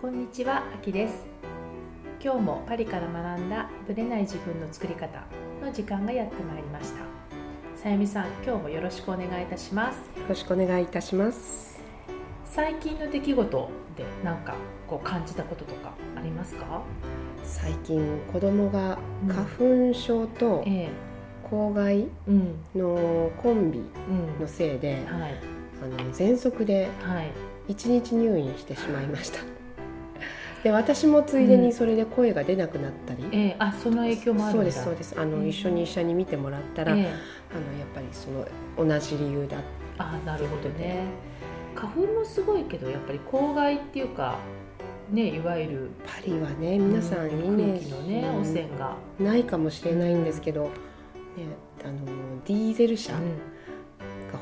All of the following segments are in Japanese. こんにちは、あきです今日もパリから学んだぶれない自分の作り方の時間がやってまいりましたさゆみさん、今日もよろしくお願いいたしますよろしくお願いいたします。最近の出来事でなんかこう感じたこととかありますか最近子供がうん花粉症とええ公害うん、のコンビうんのせいで、はい、あの喘息ではい一日入院してしまいました。 で、私もついでうにんそれで声が出なくなったり、ええあ、その影響もあるそんだうですそうです。あうのん一緒に医者に見てもらったら、ええあのやっぱりその同じ理由だ。あなるほどね花粉もすごいけどやっぱり公害っていうかねいわゆるパリはね、皆さんイメー空気ジのね汚染が、ないかもしれないんですけど、ね、あのディーゼル車が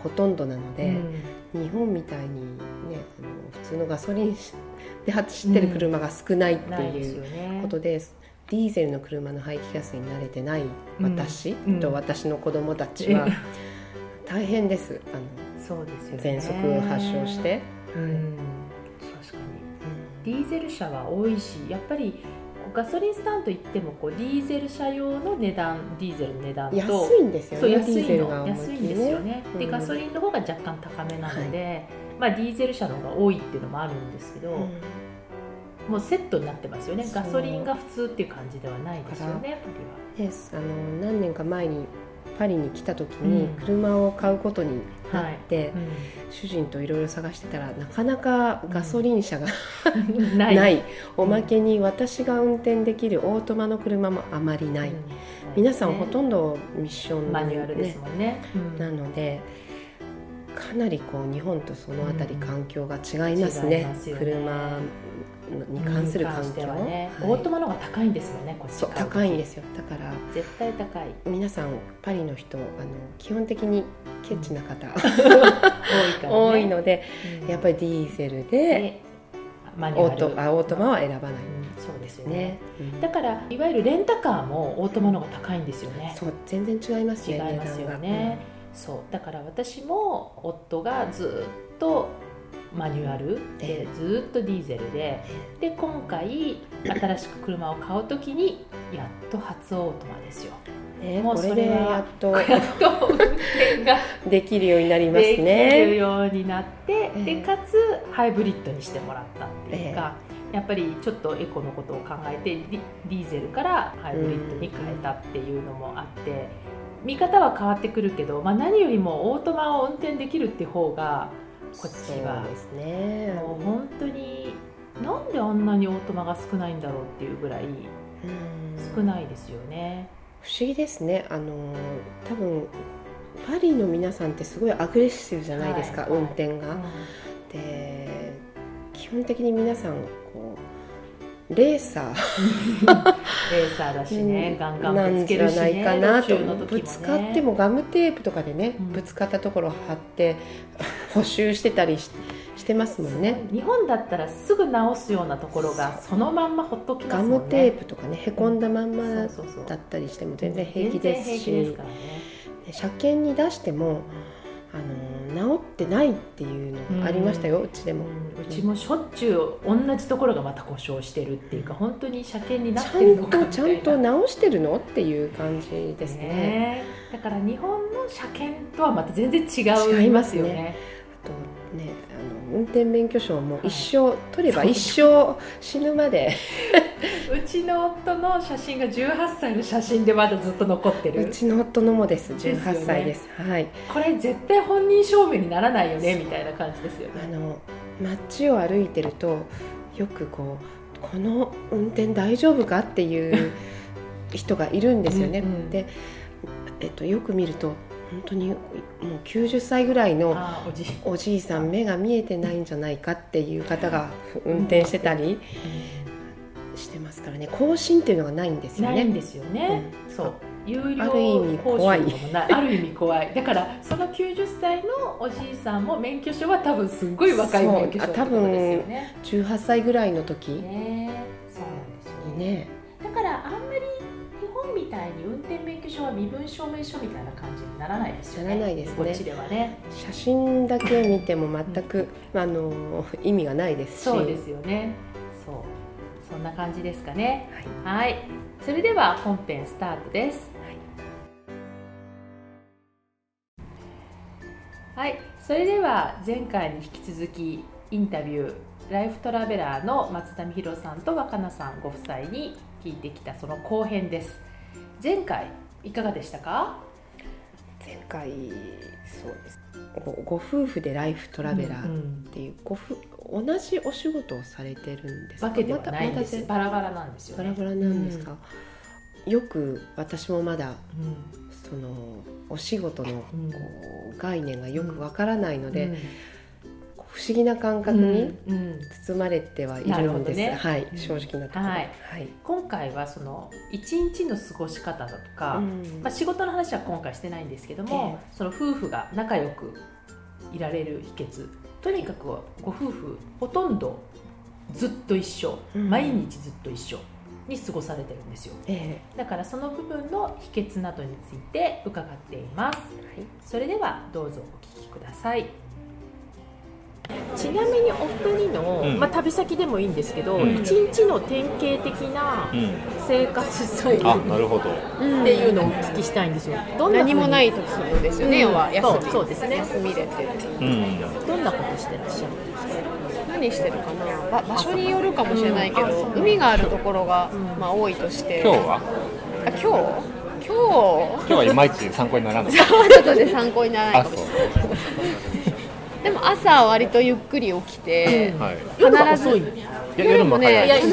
ほとんどなので。日本みたいにねあの普通のガソリン車で走ってる車が少ないっうん、ないてですいようねことです、ディーゼルの車の排気ガスに慣れてない私うんうとん私の子供たちは大変ですあのそうですよね喘息を発症して、うん確かにディーゼル車は多いしやっぱりこうガソリンスタンド行ってもこうディーゼル車用の値段ディーゼルの値段と安いんですよそうねデ安ィーいゼルがの安いんですよね、でうんガソリンの方が若干高めなので、まあ、ディーゼル車の方が多いっていうのもあるんですけど、うんもうセットになってますよねそうガソリンが普通っていう感じではないですよねですあの何年か前にパリに来た時にうん車を買うことになって、パリ主人といろいろ探してたらなかなかガソリン車がは、うん、 なないおまけに私が運転できるオートマの車もあまりない、うん皆さんほねとんどミッション、ね、マニュアルですもんねうんなのでかなりこう日本とそのあたりうん環境が違いますね,、違いますよね車に関する環して境、はね、はいオートマの方が高いんですもんねこっちそう買う時高いんですよだから絶対高い皆さんパリの人あの基本的にケチな方、多いから、ね、多いのでうんやっぱりディーゼルでマニュオアールトあオートマは選ばうんないそうですよねね、だからいわゆるレンタカーもオートマの方が高いんですよねそう全然違います違ねいますよ値段がね、そうだから私も夫がずっとマニュアルでえずっとディーゼルでで今回新しく車を買う時にやっと初オートマですよね、もうこれそでれはやっと やっと運転ができるようになりますできるね。ようになって、えでえかつハイブリッドにしてもらったっていうか、やっぱりちょっとエコのことを考えてディディーゼルからハイブリッドに変えたっていうのもあって、見方は変わってくるけど、まあ、何よりもオートマを運転できるって方がこっちはそうですね。もう本当になんであんなにオートマが少ないんだろうっていうぐらいうん少ないですよね。不思議ですね。あの多分パリの皆さんってすごいアグレッシブじゃないですか、はい運転が。うで基本的に皆さんこうレーサんレーサーだしね、ーガンガなンぶんつけじるゃし、なね、いかなと、道中の時もねぶつかってもガムテープとかでね、うんぶつかったところを貼って 補修してたりししてますもんね。日本だったらすぐ直すようなところがそのまんまほっときまガすもムんねテープとかねへこんだまんまそうだそうそうったりしても全然平気ですし、全然平気ですからねね車検に出してもあの治ってないっていうのがありましたよ、うちでうも。んうちもしょっちゅう同じところがまた故障してるっていうか本当に車検になっちゃてるんのかみとたいなちゃんと直してるのっていう感じですねねだから日本の車検とはまた全然違う違いますねよねあとねあの運転免許証もはい一生、取ればそう一生死ぬまでうちの夫の写真が18歳の写真でまだずっと残ってうるちの夫のもですですよね18歳ですはいこれ絶対本人証明にならないよねみたいな感じですよあねの街を歩いてるとよくこうこの運転大丈夫かっ ていう人がいるんですよね。うんうんで、えっと、よく見ると本当にもう90歳ぐらいのああおじいおじいさん目が見えてないんじゃないかっていう方が運転してたりしてますからね更新っていうのがないんですよないんね。ですよね、そう有料ある意味講習怖いとかもないある意味怖いだからその90歳のおじいさんも免許証は多分すっごい若い免許証そうってことですよね18歳ぐらいの時にねそうなんですよねねだからあんまり日本みたいに運転免許証は身分証明書みたいな感じにならないですよねならないですねこっちではね写真だけ見ても全く、あの意味がないですしそうですよねそうそんな感じですかねはいはいそれでは本編スタートですはい、それでは前回に引き続きインタビューライフトラベラーの松田美弘さんと若菜さんご夫妻に聞いてきたその後編です前回いかがでしたか前回そうですごご夫婦でライフトラベラうーっんていう、ご夫同じお仕事をされてるんですかわけではないんです、またまたバラバラなんですよバねラバラなんですか、よく私もまだうんそのお仕事のこうんう概念がよくわからないので、うんこう不思議な感覚にうんうん包まれてはいなるるほんどです、ねはいうん正直なところはいはい今回はその一日の過ごし方だとか、うんまあ、仕事の話は今回してないんですけども、その夫婦が仲良くいられる秘訣とにかくご夫婦ほとんどずっと一緒、うん毎日ずっと一緒に過ごされてるんですよえだからその部分の秘訣などについて伺っていますえはいそれではどうぞお聞きくださいちなみにお二人の、うんまあ、旅先でもいいんですけど、うん一日の典型的なうん、生活スタイルあっなるほどていうのをお聞きしたいんですよ。どんな何もないい時ですよね、要は休みそうそうですね休みでっていううんどんなことしてらっしゃるんですか。何してるかなば場所によるかもしれないけど、海があるところが、まあ、多いとして今日はあ今日今今日はいまいち参考になら ない日ちょっとね参考にならないあかもそしれなういでも朝は割とゆっくり起きて、はい夜は必ず遅いのいや夜も早いね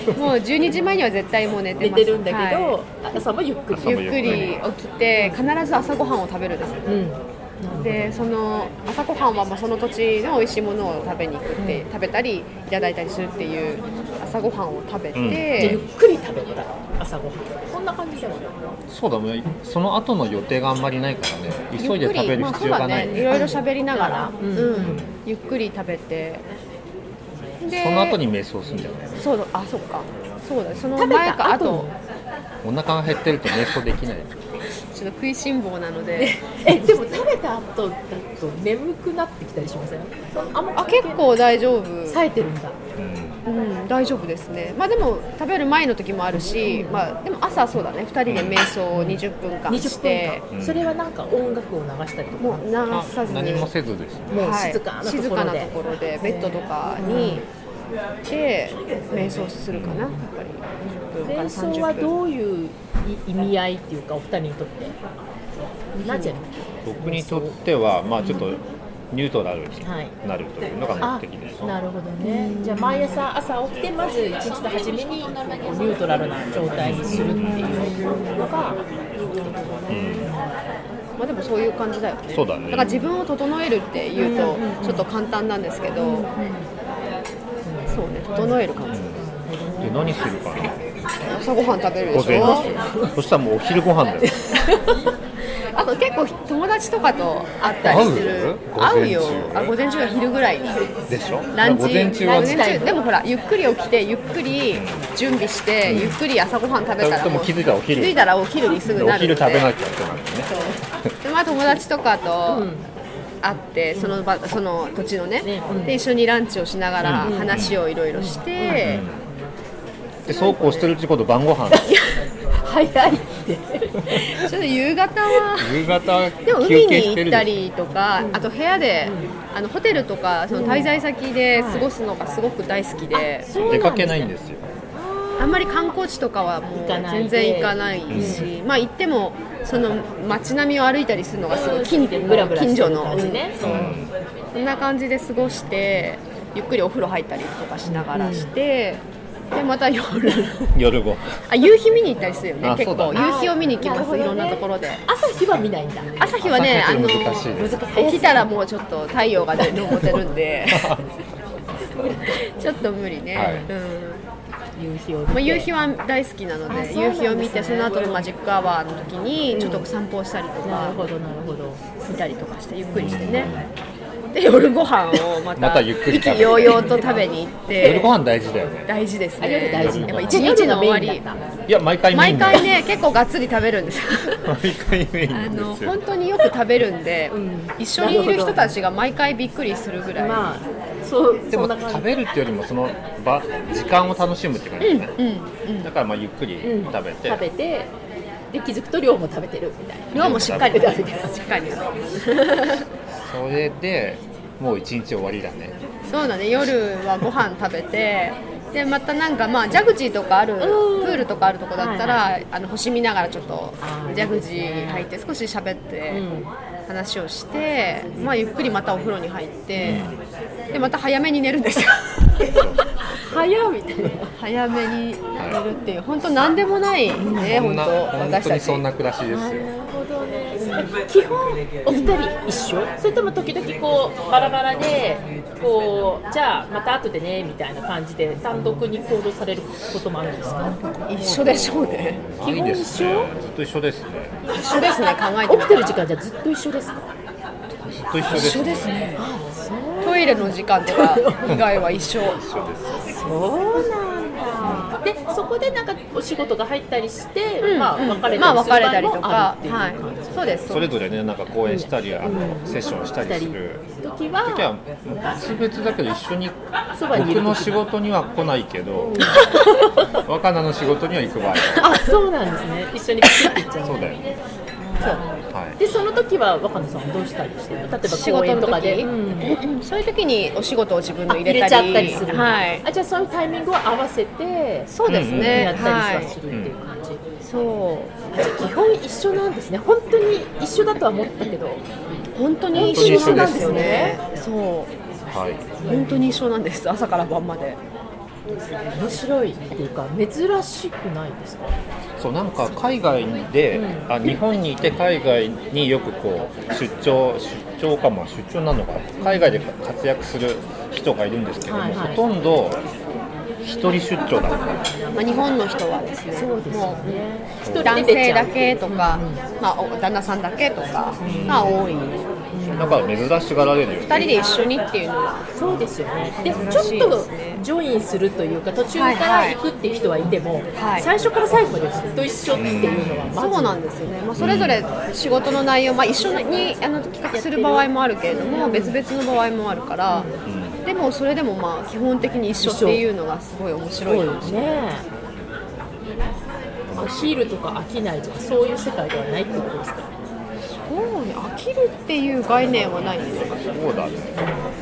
もう12時前には絶対もう寝て寝ますてるんだけど、は朝もゆっくりいゆっくり起きて必ず朝ごはんを食べるんですようんでその朝ごはんはまあその土地の美味しいものを食べに行くって、食べたりいただいたりするっていう朝ごはんを食べうてゆっ、くり食べた朝ごはんそんな感じでもないそうだねその後の予定があんまりないからね急いで食べるまあ必そう要だがない、ねいろいろ喋りながら、うんんゆっくり食べてでその後に瞑想するんじゃないそうだあそっかそうだその食べ前たかあ後とにお腹が減ってると瞑想できないちょっと食いしん坊なのでえでも食べた後だと眠くなってきたりしませんあんまあ結構大丈夫、冴えてるんだうんうん、大丈夫ですねまあでも食べる前の時もあるし、まあ、でも朝そうだね2人で瞑想を20分間し20て分間、うんそれはなんか音楽を流したりとかもう流あさず何にもせずですねもうはい静かなところで静かなところでベッドとかに行って瞑想するかなやっぱり20分から瞑30想分はどういう意味合いっていうかお二人にとってなぜ僕にとってはまあちょっとニュートラルにはいなるというのが目的です、なるほどねじゃあ毎朝朝起きてまず一日の初めにこうニュートラルな状態にするっていうのがうんまあでもそういう感じだよねそうだねから自分を整えるっていうとちょっと簡単なんですけど、そうね整える感じで何するかな朝ごはん食べるで午し前ょ中そしたらもうお昼ご飯だよあと結構友達とかと会ったりする会うよ午前中あ午前中は昼ぐらいにでしょランチ午前中は午前中でもほらゆっくり起きてゆっくり準備して、ゆっくり朝ごはん食べたらでも気づいたらお昼気づいたらお昼にすぐおなるので昼食べなきゃってなるねそうでまあ友達とかと会って、その場その土地のねで一緒にランチをしながら話をいろいろして、でそうこうしてるうち今度晩ご飯早いってちょっと夕方は夕方でも休海憩しにて行るったでしりとか、あと部屋で、あのホテルとかその滞在先で過ごすのがすごく大好きで、ょ出かけないんですよあんまり観光地とかはもうかないで全然行かないし、まあ行ってもその街並みを歩いたりするのがすごい近ブラブラ近して所るの、感じねううんんうんそんな感じで過ごしてゆっくりお風呂入ったりとかしながらして、でまた夜夜ご飯あ夕日見に行ったりするよねあ結そ構うだね夕日を見に行きまあすーいろんななるとほころで朝日は見ないんだ朝日はねあ朝の日難しいです起きたらもうちょっと太陽 がね昇ってるんでちょっと無理ね、はいうん夕日を見てまあ、夕日は大好きなのであそうなん夕ですね日を見てその後のマジックアワーの時にちょっと散歩をしたりとなるか、ほどなるほど見たりとかしてゆっくりしてね、で夜ご飯をまた またゆっくり意食べる気揚々と食べに行って夜ご飯大事だよね大事ですあね夜大事なやっんぱだ一日の終わりいや毎回メイ毎ンだ回よね結構がっつり食べるんです毎回メイあンのですよ本当によく食べるんで、一緒にいる人たちが毎回びっくりするぐらい、まあそうでそもんな感食じべるっていうよりもその場時間を楽しむって感じですね、うんだからまあゆっくりうん食べて、食べてで気づくと量も食べてるみたいな量もしっかり食べてしっかりそれでもう一日終わりだねそうだね夜はご飯食べてでまたなんかまあジャグジーとかあるプうんールとかあるとこだったら、はあの星見ながらちょっとあージャグジー入って少し喋ってうん話をして、まあ、ゆっくりまたお風呂に入ってでまた早めに寝るんですよ 早みたいな早めに寝るっていう本当何でもないねそん本な当本私当たにちそんな暮らしですよ基本お二人一緒それとも時々こうバラバラでこうじゃあまた後でねみたいな感じで単独に行動されることもあるんですか一緒でしょうねないですねずっと一緒ですね一緒ですね考えて起きみたてらる時間じゃずっと一緒ですかずっと一緒ですねトイレの時間 とか以外は一緒そうなんだでそこでなんかお仕事が入ったりして、まあ別れまたありす別る場れたり合ともかあ、るっていう感じ、はい、そうですそれぞれねなんか講演したり、あのセッションしたりする時時はは別々だけど一緒にそばにい僕るの時仕事には来ない けど若菜の仕事には行く場合あそうなんですね一緒にピッて行っちゃうそうだよねそうはいでその時は若野さんはどうしたりしてるの例えば仕公事演のとか時で、に、そういう時にお仕事を自分のあ入入れれちたゃりったりするのはい、あじゃあそういうタイミングを合わせてそうですね、やったはりはするっていう感じ、い、そうあじゃあ基本一緒なんですね本当に一緒だとは思ったけど本当に一緒なんですよねそうはい本当に一緒なんです朝から晩まで面白いっていうか珍しくないですかそうなんか海外で、あ日本にいて海外によくこう出張出張かも出張なのかな海外で活躍する人がいるんですけども、はいはいほとんど一人出張だったまあ、日本の人はですねもうね一男人で出性ちゃだうけとか、まあ、お旦那さんだけとかが多い2だから珍しがられるよね人で一緒にっていうのはそうですよねで珍ちょしいっでとすねジョインするというか途中かはいはらい行くっていう人はいても、はい最初から最後までずっと一緒っていうのはまずそうなんですよね、まあ、それぞれ仕事の内容、まあ、一緒にあの企画する場合もあるけれども別々の場合もあるから、でもそれでもまあ基本的に一緒っていうのがすごい面白いかもしれないねお昼とか飽きないとかそういう世界ではないってことですかそうね飽きるっていう概念はないんですよそうだね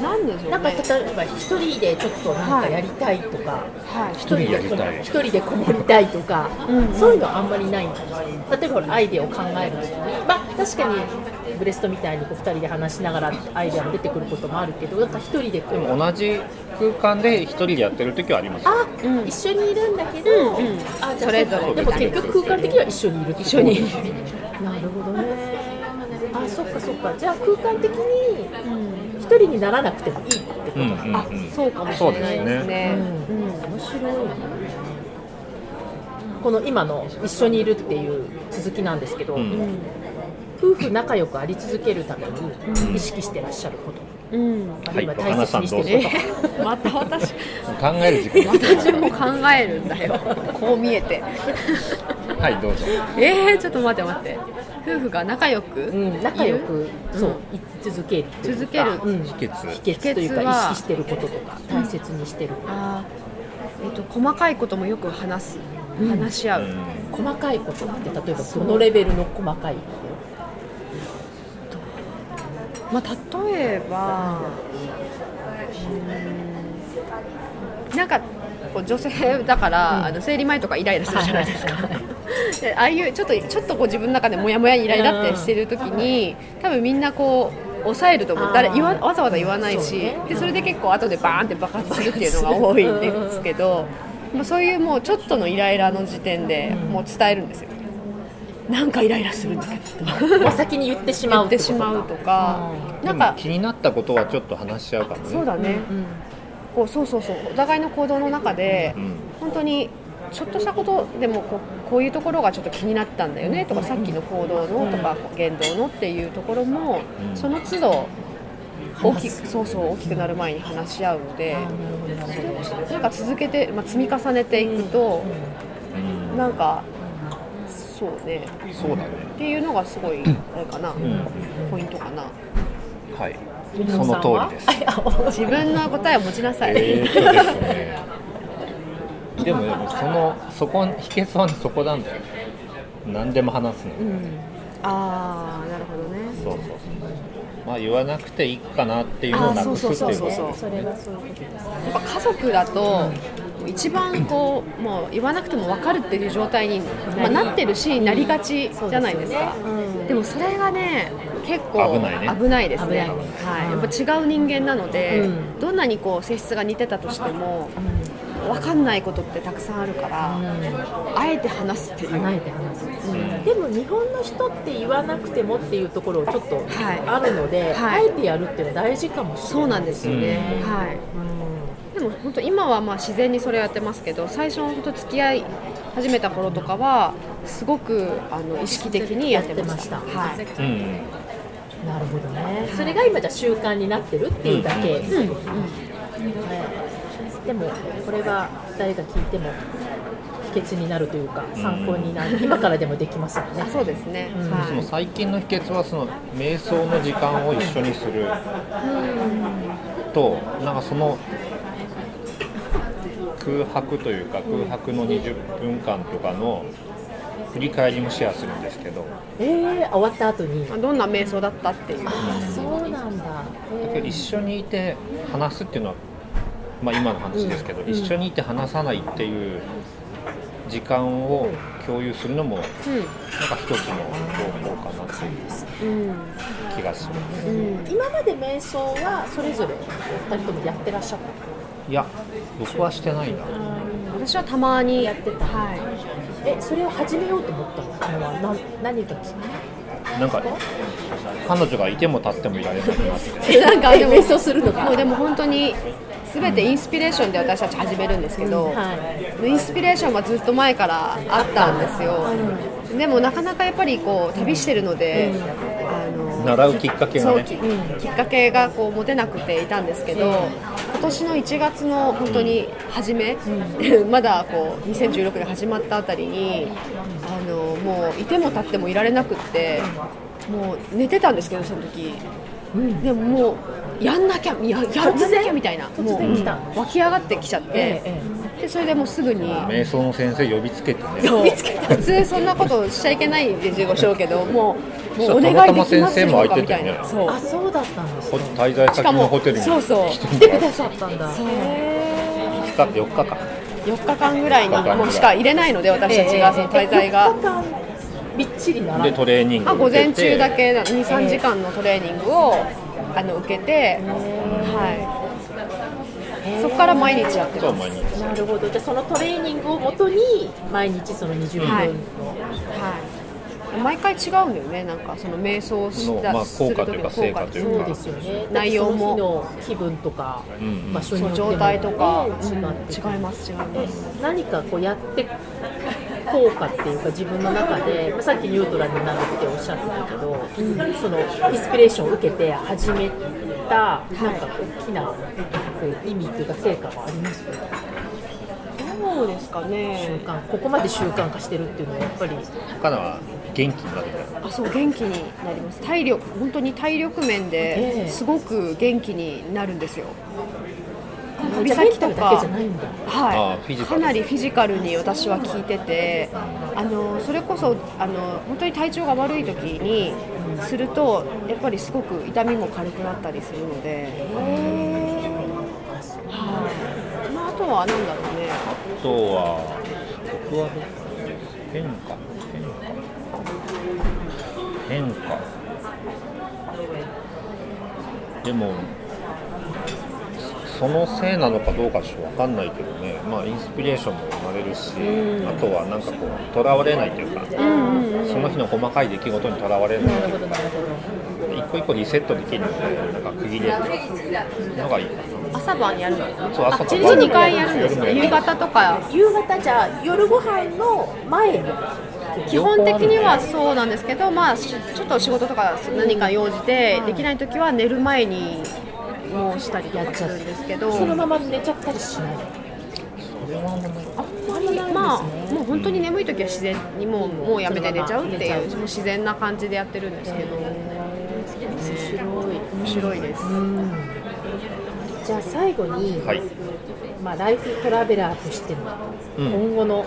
なんでしょうねなんか例えば一人でちょっとなんかやりたいとか、はい一人やでりこたい一人でこもりたいとか、そういうのはあんまりないんですか例えばほらアイデアを考えるときに、まあ、確かにブレストみたいにこう二人で話しながらアイデアも出てくることもあるけどなんか一人でこでうも同じ空間で一人でやってる時はありますあ、うん一緒にいるんだけど、うんうんあじゃあそれぞれでも結局空間的には一緒にいる一緒にいるなるほどねあそっかそっかじゃあ空間的に一人にならなくてもいいってことうんうんなうんだ、あそうかもしれないですねうん面白いなこの今の一緒にいるっていう続きなんですけど、うん夫婦仲良くあり続けるために意識してらっしゃること、うん、あはるいいは大切にしてること、また私考える時間です私も考えるんだ よこう見えてはいどうぞえー、ちょっと待って待って夫婦が仲良く、うん、仲良いくるそううんい続けるっていうか続けるうん秘訣秘訣というか秘訣は意識してることとか大切にしてるこあーえっと細かいこともよく話す話し合う、うんと、細かいことって例えばどのレベルの細かいこまあ、例えばうんなんかこう女性だから、あの生理前とかイライラするじゃないですか、 でああいうちょっとちょっとこう自分の中でモヤモヤイライラってしてる時に多分みんなこう抑えると思あうー誰言わわざわざ言わないそうしねでそれで結構後でバーンって爆発するっていうのが多いんですけどもうそういうもうちょっとのイライラの時点でもう伝えるんですよ。なんかイライラするんだけどとを先に言ってしま言うっっててことしまうとか、でなんもか気になったことはちょっと話し合うかもねそうだね、うんこうそうそうそうお互いの行動の中で、ん本当にちょっとしたことでもこうこういうところがちょっと気になったんだよねとか、さっきの行動のとか、こう言動のっていうところも、うんその都度大き話くそうそう大きくなる前に話し合うので、そうなんか続けて、まあ、積み重ねていくと、うんなんかそうねそうだねっていうのがすごいあれかな、うんポイントかな。はい水そ野さのんは通りです。自分の答えを持ちなさい、えーっとですね。でもでもそのそこ秘訣はそこなんだよ。何でも話すの。ああなるほどねそうそうそう。まあ言わなくていいかなっていうのをなくすっていうことですあーそうそうそうそうね。れそはそういうことですやっぱ家族だと一番こうもう言わなくても分かるっていう状態に、まあ、なってるしなりがちじゃないですかでもそれがね結構危ないね危ないですね危ないはい、やっぱ違う人間なので、うんどんなにこう性質が似てたとしても分かんないことってたくさんあるから、あえて話すっていう、あえて話すでも日本の人って言わなくてもっていうところをちょっとはいあるので、はいあえてやるっていうのは大事かもしれないそうなんですよね、うはいでも本当今はまあ自然にそれをやってますけど最初本当付き合い始めた頃とかはすごくあの意識的にやってましたやってまはい、うんうん。なるほどねそれが今じゃ習慣になってるっていうだけ、うねでもこれは誰が聞いても秘訣になるというか参考になる、今からでもできますよねあそうですね、うんはそいの最近の秘訣はその瞑想の時間を一緒にするとなんかその空白というか空白の20分間とかの振り返りもシェアするんですけどえー、終わった後にまあどんな瞑想だったっていうあそうなんだ、だけど一緒にいて話すっていうのは、まあ、今の話ですけど、一緒にいて話さないっていう時間を共有するのもなんか一つの方法かなっていううん、気がします。うん今まで瞑想はそれぞれ2人ともやってらっしゃったいや僕はしてないな私はたまにやってたはい、えそれを始めようと思ったのはな何がきっかなんか彼女がいても立ってもいられなくなってえなんかけでも瞑想するのかもうでも本当に全てインスピレーションで私たち始めるんですけど、はいインスピレーションはずっと前からあったんですよ、でもなかなかやっぱりこう旅してるので、あの習うきっかけがそうねききっかけがこう持てなくていたんですけど、今年の1月の本当に初め、 まだこう2016年始まったあたりにあのもういても立ってもいられなくってもう寝てたんですけどその時、でももうやんなきゃややらなきゃみたいな突然来たもう湧き上がってきちゃって、ええでそれでもうすぐに。瞑想の先生呼びつけてね普通そんなことしちゃいけないでしょうけどもうもうお願いできますよとかみたいなそそうあそうだったんですほ滞在し先かのもホテルにそうそう来来ててくくださださったんだ5日って4日か4日間ぐらいにもうしか入れないので私たちがその滞在えが4日間びっちりならでトレーニングまあ受午前けて中だけ23時間のトレーニングをあの受けてはいそこから毎日やってそうま毎す日なるほどじゃあそのトレーニングをもとに毎日その20分の、はいはい毎回違うんだよねなんかその瞑想したのまあする効果と時いうのか効果成果といそうですよね内容もだってその日の気分とかうんうん場所によってそうも状態とか、ねうん違違います違いまうす何かこうやって効果っていうか自分の中で、まあ、さっきニュートラルになるっておっしゃってたけど、そのインスピレーションを受けて始めた、なんか大きなこう意味っていうか成果はありますよねどうですかね習慣ここまで習慣化してるっていうのはやっぱりカナは元気になるみたいなあそう元気になります体力本当に体力面ええですごく元気になるんですよ、旅じゃあメン先タとルだけかじゃないんだはあフィい、ジカルかなりフィジカルに私は効いててあのそれこそあの本当に体調が悪い時にするとやっぱりすごく痛みも軽くなったりするので、はいまあ、あとは何だろうねあとは僕は変化変化変化でもそのせいなのかどうかちょっと分かんないけどねまあインスピレーションも生まれるしあとはなんかこうとらわれないというかその日の細かい出来事にとらわれないというか一個一個リセットできるのでなんか区切れるのがいいか朝晩やるのかななそう朝一と日晩2回やるんですよ夜もやる夕方とか夕方じゃあ夜ご飯の前に基本的にはそうなんですけど、まあ、しちょっと仕事とか何か用事でできない時は寝る前にもうしたりとかするんですけどそのまま寝ちゃったりしないまあもう本当に眠い時は自然にもうもうやめて寝ちゃうっていうその自然な感じでやってるんですけど面白い、うん面白いです、じゃあ最後に、はいまあ、ライフトラベラーとしてのうん今後の、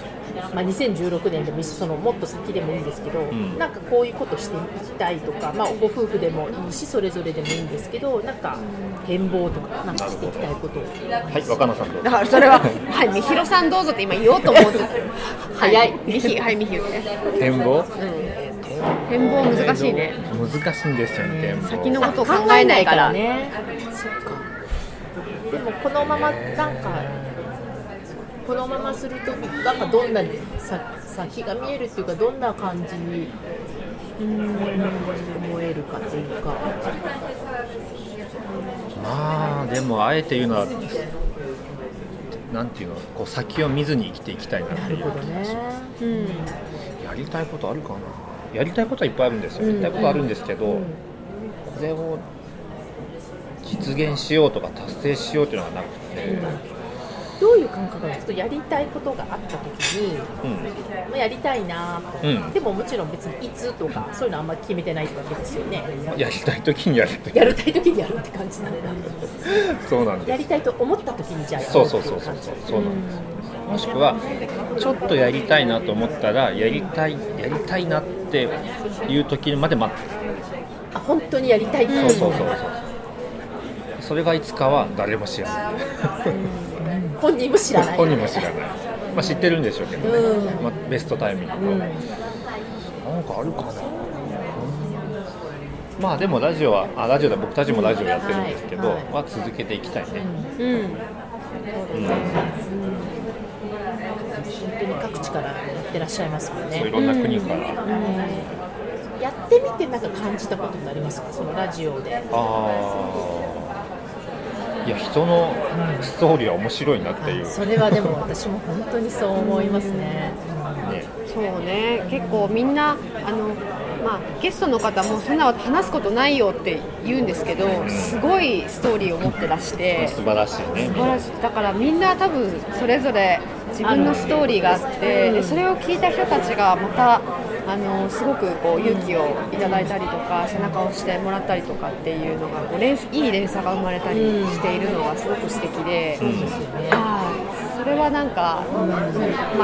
まあ、2016年でもいいしそのもっと先でもいいんですけど、んなんかこういうことしていきたいとか、まあ、ご夫婦でもいいしそれぞれでもいいんですけどなんか変貌とかなんかしていきたいことはい若菜さんどうぞだからそれは 「はいみひろさんどうぞ」って今言おうと思ってた早いみひはいみひ言って展望展望難しいね難しいんですよね展望先のことを考えないからねそっかでもこのままなんかこのままするとなんかどんなさ先が見えるっていうかどんな感じにうーん思えるかっていうかまあでもあえて言うのはなんていうのこう先を見ずに生きていきたいなっていううんやりたいことあるかなやりたいことはいっぱいあるんですよ、やりたいことあるんですけど、これを実現しようとか達成しようっていうのがなくて、どういう感覚なんですかやりたいことがあった時に、うんまあ、やりたいなと、うんでももちろん別にいつとかそういうのあんま決めてないわけですよねやりたい時にやるってやりたい時にやるって感じなんだそうなんやでりたいと思った時にじゃあやすろそううってそいうそううそう感じそうそうなんですもしくはちょっとやりたいなと思ったらやりたいやりたいなっていう時まで待ってあ本当にやりたいってそうそうそういそうそれがいつかは誰も知らない本人も知らない本人も知らない、まあ、知ってるんでしょうけどね、うまあ、ベストタイミング、なんかあるかな、まあでもラジオはあラジオだ僕たちもラジオやってるんですけど、はいはいまあ、続けていきたいね、うんうん本当に各地からやってらっしゃいますもんそういねろんな国から、あやってみてなんか感じたことってありますかそのラジオであーいや人のストーリーは面白いなっていう、それはでも私も本当にそう思いますねね、そうね結構みんなあの、まあ、ゲストの方もそんな話すことないよって言うんですけどすごいストーリーを持ってらして素晴らしいね素晴らしいだからみんな多分それぞれ自分のストーリーがあってでそれを聞いた人たちがまたあのすごくこう勇気をいただいたりとか背中を押してもらったりとかっていうのがこう連鎖いい連鎖が生まれたりしているのはすごく素敵で。はいそれはなんか、うんま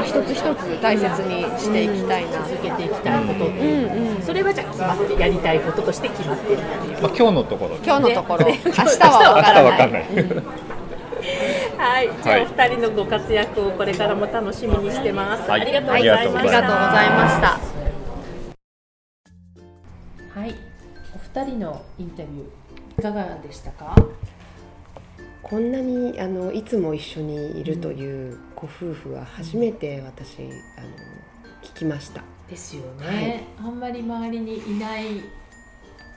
あ、一つ一つ大切にしていきたいな、続けていきたいことってういうんうん、それはじゃあ決まってやりたいこととして決まってるっていうまあ、今日のところで今日のところ、ね明日明は日わ からわなかんいない、はい、じゃあお二人のご活躍をこれからも楽しみにしてます。はいありがとうございまあしりた。がとうございましたはい、お二人のインタビューいかがでしたか？こんなにあのいつも一緒にいるというご夫婦は初めて私あの聞きました。ですよね。あんまり周りにいない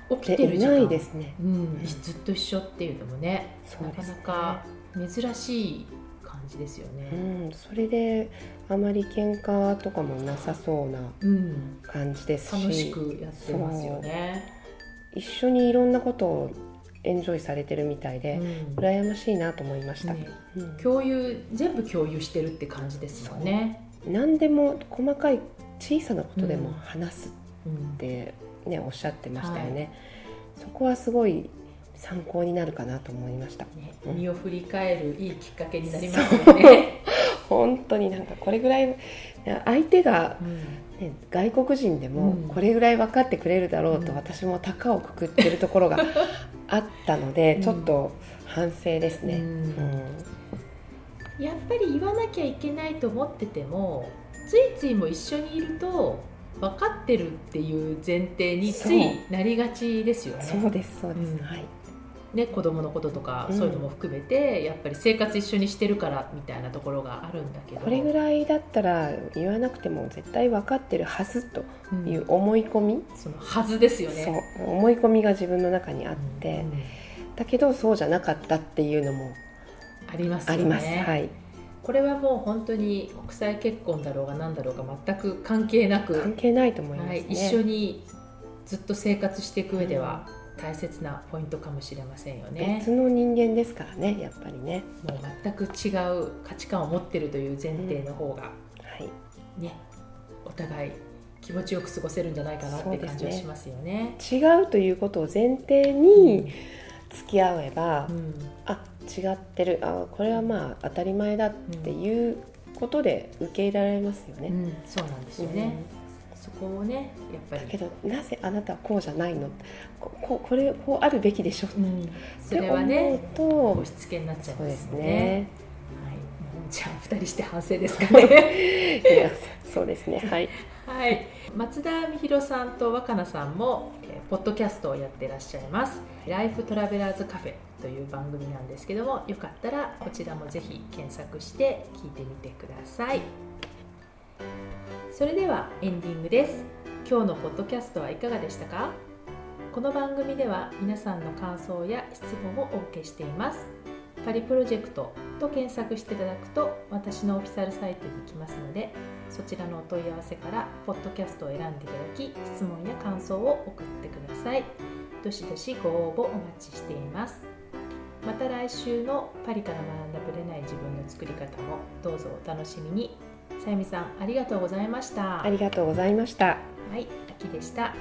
起きてでるい時間ないですね。うん、ずっと一緒っていうのもね、そうなでかすなねか珍しい感じですようね。ん、それであまり喧嘩とかもなさそうなうん、感じですし、楽しくやってますよね。一緒にいろんなことをエンジョイされてるみたいで、うん羨ましいなと思いました。ねうん共有全部共有してるって感じですもんね。何でも細かい小さなことでも話すうんって、ねおっしゃってましたよね、そこはすごい参考になるかなと思いましたねうん身を振り返るいいきっかけになりますよね。本当になんかこれぐらい相手が、ね、外国人でもうんこれぐらい分かってくれるだろうとうん私も高をくくってるところ があったので、うんちょっと反省ですね、うんうんやっぱり言わなきゃいけないと思っててもついついも一緒にいると分かってるっていう前提についなりがちですよそうねですそうです、うんはいね子供のこととかうんそういうのも含めて、やっぱり生活一緒にしてるからみたいなところがあるんだけどこれぐらいだったら言わなくても絶対分かってるはずとうんいう思い込み、そのはずですよね。そう思い込みが自分の中にあって、うんだけどそうじゃなかったっていうのもありますあよねります、はいこれはもう本当に国際結婚だろうが何だろうが全く関係なく関係ないと思いますはね、い、一緒にずっと生活していく上では大切なポイントかもしれませんよね別。の人間ですからねやっぱりねもう全く違う価値観を持ってるという前提の方がはいね、お互い気持ちよく過ごせるんじゃないかなって感じはしますよね。違うということを前提に、付き合えば、うんあ違ってるあこれはまあ当たり前だっていうことで受け入れられますよね、うんそうなんですよね、そこをねやっぱだけり、どなぜあなたはこうじゃないのこここれこうあるべきでしょっうん、そてれは思うねと押し付けになっちゃいそうまですすよねねはい、じゃあ二人して反省ですか ねいやそうですねはいはい松田美弘さんと若菜さんも、えーポッドキャストをやってらっしゃいます「ライフトラベラーズカフェ」という番組なんですけどもよかったらこちらもぜひ検索して聞いてみてくださいそれではエンディングです今日のポッドキャストはいかがでしたかこの番組では皆さんの感想や質問をお受けしていますパリプロジェクトと検索していただくと私のオフィシャルサイトに行きますのでそちらのお問い合わせからポッドキャストを選んでいただき質問や感想を送ってくださいどしどしご応募お待ちしていますまた来週のパリから学んだぶれない自分の作り方もどうぞお楽しみにさゆみさんありがとうございましたありがとうございましたはい、秋でした。